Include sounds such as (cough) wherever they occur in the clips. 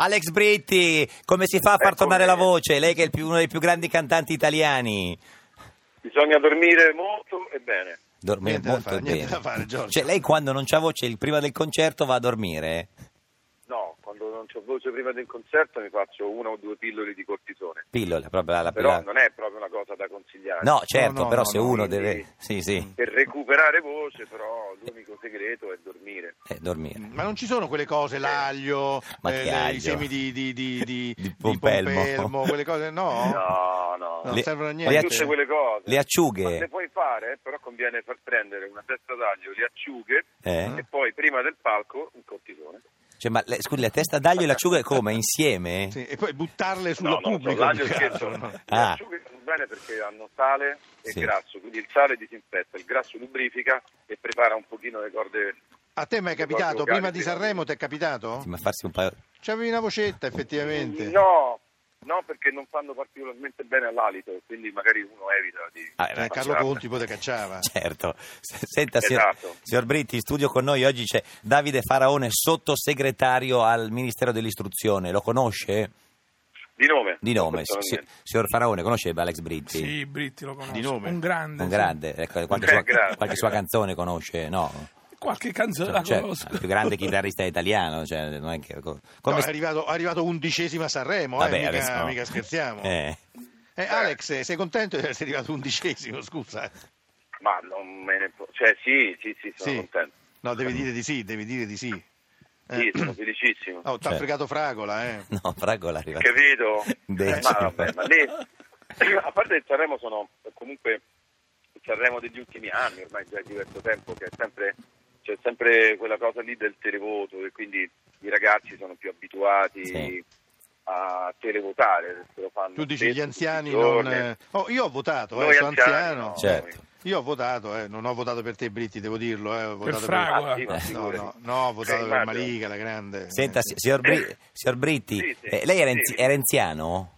Alex Britti, come si fa a far Ecco tornare me. la voce? Lei che è il più- uno dei più grandi cantanti italiani. Bisogna dormire molto e bene. Dormire Niente da molto fare, bene. niente da fare, Giorgio. Cioè, lei quando non c'ha voce il prima del concerto va a dormire? eh. No, quando non c'ho voce prima del concerto mi faccio una o due pillole di cortisone. Pillola, proprio la, la Però la- non è proprio una cosa da consigliare. No, certo, No, no, però no, se no, uno quindi- deve... Sì, sì, Per recuperare voce, però, l'unico segreto è dormire. eh, dormire. Ma non ci sono quelle Eh, cose, l'aglio, Ma eh, che le- aglio? i semi di, di, (laughs) di, di- Di di pompelmo. pompelmo. quelle (laughs) cose, no? No, no. Non Le- servono a le niente. acci- Tutte quelle cose. le acciughe. Ma le puoi fare, eh, però conviene far prendere una testa d'aglio, le acciughe Eh? e poi prima del palco un cortisone. Cioè, ma le- scusi, la testa d'aglio e l'acciuga come? Insieme? Sì, e poi buttarle sullo No, no, pubblico. diciamo. l'aglio più che altro, scherzo. no? Le Ah. acciughe vanno bene perché hanno sale e Sì. grasso, quindi il sale disinfetta, il grasso lubrifica e prepara un pochino le corde. A te mi è capitato, Proprio prima vocali, di prima. Sanremo ti è capitato? Ma farsi un paio... C'avevi una vocetta effettivamente. No, no, perché non fanno particolarmente bene all'alito, quindi magari uno evita di... Ah, eh, Eh, Carlo facciarne. Conti poi te cacciava. Certo, S- senta signor, Esatto. signor Britti, in studio con noi oggi c'è Davide Faraone, sottosegretario al Ministero dell'Istruzione, lo conosce? Di nome? Di nome, si- si- personalmente. signor Faraone, conosce Alex Britti? Sì, Britti lo conosco. Di nome? Un grande. Un sì. grande, ecco, qualche, Eh, sua, grazie, qualche sua grazie. canzone conosce, no? Qualche canzone la Cioè, conosco. il più grande chitarrista italiano, cioè, non è che- co- come No, è, st- arrivato, è arrivato undicesimo a Sanremo, eh, Vabbè, mica, adesso no. mica scherziamo. Eh, Eh, Alex, sei contento di essere arrivato undicesimo, scusa? Ma non me ne può... Cioè sì, sì, sì, sono Sì. contento. No, devi dire di sì, devi dire di sì. Sì, Eh, sono felicissimo. Oh, t'ha Cioè. fregato Fragola, eh. no, Fragola è arrivato. (laughs) Capito? Eh, Decimo. Ma vabbè, ma lì, (coughs) a parte il Sanremo sono comunque il Sanremo degli ultimi anni, ormai già è diverso tempo, che è sempre, c'è sempre quella cosa lì del televoto e quindi i ragazzi sono più abituati Sì. a televotare. se lo fanno Tu dici spesso, gli anziani tutti i non... giorni. eh, Oh, io ho votato, Noi eh, sono anziani, anziano. no. Certo. Io ho votato, eh, non ho votato per te Britti, devo dirlo. Eh, ho votato Fragola. Ah, sì, Eh, ma No, figurati. no, no, ho votato Eh, per immagino. Malika, la grande. Senta, Eh, si- sì. signor, Bri- signor Britti, Sì, sì, eh, lei è, renzi- sì. è renziano?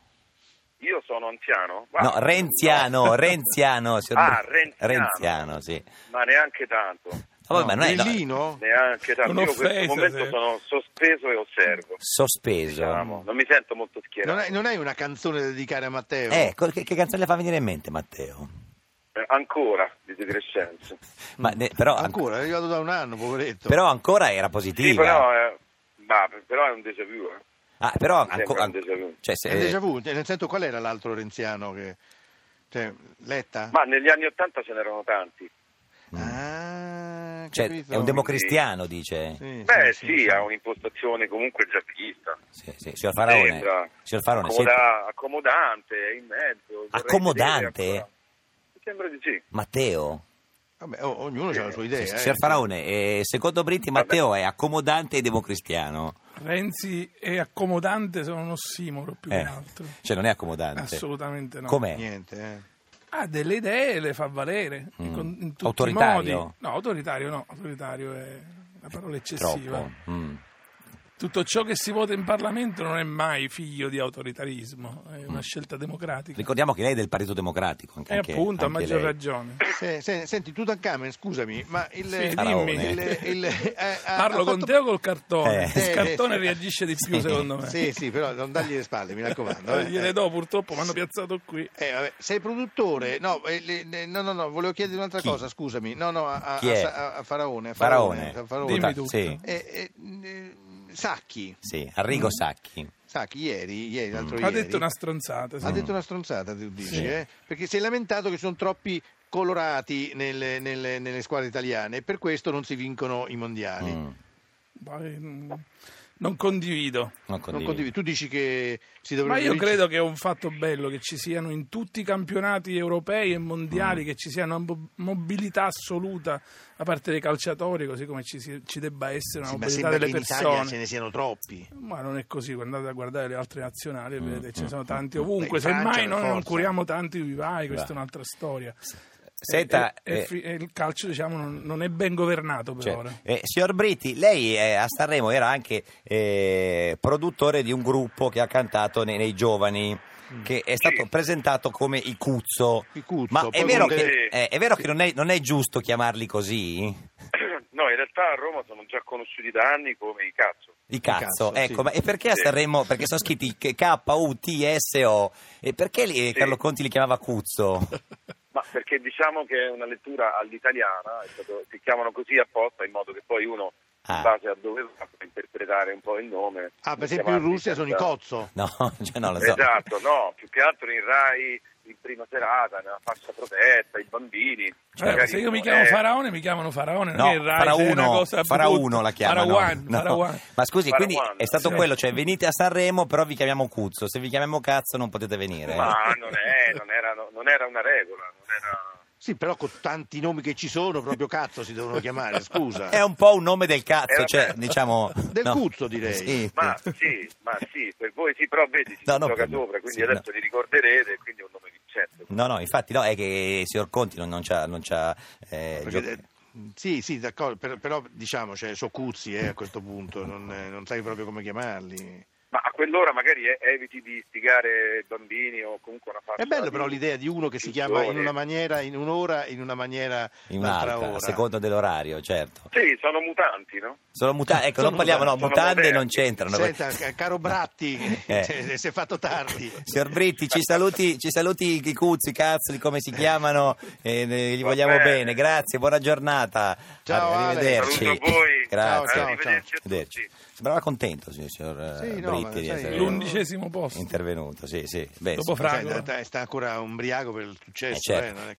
Io sono anziano? No, Guarda, renziano, no. renziano. signor Ah, Bri- renziano. renziano, sì. Ma neanche tanto, No, vabbè, ma non è- no, Bellino? neanche tanto. Io in questo Un'offesa, momento sì. sono sospeso e osservo. sospeso. diciamo. Non mi sento molto schierato. non, hai, non hai una canzone da dedicare a Matteo? Eh, col- che, che canzone le fa venire in mente Matteo? Eh, Ancora di decrescenza. Mm. Ma ne- però, an- Ancora, è arrivato da un anno, poveretto. però ancora era positiva. Sì, però, eh, ma- però è un déjà vu. eh. Ah, però Mi sembra ancora... un déjà vu. Cioè, se- È déjà vu, cioè, nel senso qual era l'altro renziano che... Cioè, Letta? Ma negli anni Ottanta ce n'erano tanti. Ah, cioè, capito. è un democristiano, dice. Sì, Beh, sì, sì, sì, sì. ha un'impostazione comunque già vista. Sì, sì. Signor Faraone, Sembra signor Faraone, accomoda- siete- accomodante, è in mezzo. vorrei Accomodante? vedere ancora. Mi sembra di sì. (clears throat) Matteo, Vabbè, o- ognuno ha la sua idea. Sì, eh. signor Faraone, eh, secondo Britti Matteo è accomodante e democristiano. (laughs) Renzi è accomodante, sono un ossimoro più Eh, che altro. Cioè non è accomodante. Assolutamente no. Com'è? Niente, eh. Ha delle idee, le fa valere. e Mm. con- in tutti Autoritario? I modi. No, autoritario no, autoritario è una parola eccessiva. Troppo. Mm. Tutto ciò che si vota in Parlamento non è mai figlio di autoritarismo, è una scelta democratica. Ricordiamo che lei è del Partito Democratico. Anche, e Mm. anche- Eh, appunto, a anche maggior lei. ragione. Se- se- senti, Tutankhamen, scusami, ma il... Sì, dimmi. Faraone. il- il- (laughs) eh, ha- Parlo ha con fatto- te o col cartone? Eh. Il cartone Eh, sì. reagisce di più, Sì. secondo me. Sì, sì, però non dargli le spalle, mi raccomando. Eh, eh. Gliele do purtroppo, mi hanno piazzato qui. Eh, vabbè, sei produttore? No, eh, le- le- no, no, no, volevo chiedere un'altra Chi? cosa, scusami. No, no, a, a- Chi è? a- a Faraone. a Faraone. a Dimmi Puta- tutto. Sì, Eh, eh, eh, Sacchi, sì, Arrigo Sacchi. Sacchi, ieri, ieri l'altro Mm. Ha ieri, detto una stronzata. sì. ha detto una stronzata, tu dici, Sì. eh? perché si è lamentato che sono troppi colorati nelle, nelle- nelle squadre italiane e per questo non si vincono i mondiali. Mm, Poi, mm, Non condivido. Non Non condivido. condivido. Tu dici che si dovrebbe Ma io credo che è un fatto bello che ci siano in tutti i campionati europei e Mm. mondiali, che ci sia una mo- mobilità assoluta da parte dei calciatori, così come ci, si- ci debba essere una Sì, ma mobilità sembra che delle in Italia persone. ce ne siano troppi. Ma non è così, andate a guardare le altre nazionali, Mm, vedete, ce ne sono tanti Beh, ovunque. in Francia, Semmai per noi non forza. curiamo tanti vivai, questa Beh. è un'altra storia. Senta, E- e- e eh, fi- e il calcio diciamo, non, non è ben governato per Cioè, ora. eh, signor Britti, lei eh, a Sanremo era anche eh, produttore di un gruppo che ha cantato nei, nei giovani, Mm. che è stato Sì. presentato come I Cuzzo. I Cuzzo, Ma è poi vero, con che, delle- eh, è vero che non è, non è giusto chiamarli così? No, in realtà a Roma sono già conosciuti da anni come i cazzo. Di cazzo, cazzo, ecco, sì. ma e perché a Sì. Sanremo? Perché sono scritti K-U-T-S-O e perché lì, eh, Carlo Conti li chiamava Cuzzo? (laughs) Ma perché diciamo che è una lettura all'italiana, è stato- si chiamano così apposta in modo che poi uno, Ah. in base a dove va, può interpretare un po' il nome. Ah, per esempio in chiamarsi Russia sono i senza- cozzo. No, cioè non lo so. Esatto, no, più che altro in Rai in prima serata, nella fascia protetta, i Eh, bambini. Cioè, magari eh, se io mi non chiamo è- Faraone, mi chiamano Faraone, non No, è il Rai, se è Eh, una Farauno, cosa Farauno brutta. la chiamano. Farawan, No. Farawan. Ma scusi, quindi Farawan. è stato Sì. quello, cioè venite a Sanremo però vi chiamiamo Cuzzo, se vi chiamiamo cazzo non potete venire. Ma non, è, non, era, non era una regola, non era... Sì, però con tanti nomi che ci sono, proprio cazzo si devono (laughs) chiamare, scusa. È un po' un nome del cazzo, Eh, cioè vabbè. (laughs) diciamo... Del Cuzzo, direi. Sì. Ma sì, ma sì, per voi sì, però vedi, si No, no, gioca per me. sopra, quindi Sì, adesso no. li ricorderete, quindi è un nome vincente. No, no, infatti no, è che il signor Conti non, non c'ha... Non c'ha eh, Perché, gio- eh, sì, sì, d'accordo, per- però diciamo, cioè, so cuzzi eh, a questo punto, non, eh, non sai proprio come chiamarli. Ma a quell'ora magari eh, eviti di istigare bambini o comunque una fascia È bello di- però l'idea di uno che si di chiama in giovani. una maniera in un'ora, in una maniera in un'altra un'altra, ora. a seconda dell'orario, certo. Sì, sono mutanti, no? Sono muta- ecco, Sono non parliamo, no, mutanti, sono mutande moderni. non c'entrano. Senta, ca- caro (laughs) Bratti, Eh. se- (laughs) si è fatto tardi. Signor Britti, ci saluti, ci saluti i cuzzi, i cazzi, come si chiamano, eh, ne- li Va vogliamo bene. bene. grazie, buona giornata, Ciao, Ale. arrivederci. Saluto a voi. Eh, (laughs) Eh, Grazie, Ciao, ciao, Arrivederci a Arrivederci. tutti. Sembrava contento, signor, signor eh, Sì, no, ma Britti, di sai, essere L'undicesimo posto. intervenuto, sì, sì. Beh, Dopo sì. Fra- Fragola. Cioè, sta- sta ancora umbriaco per il Eh, successo. certo. eh, non è-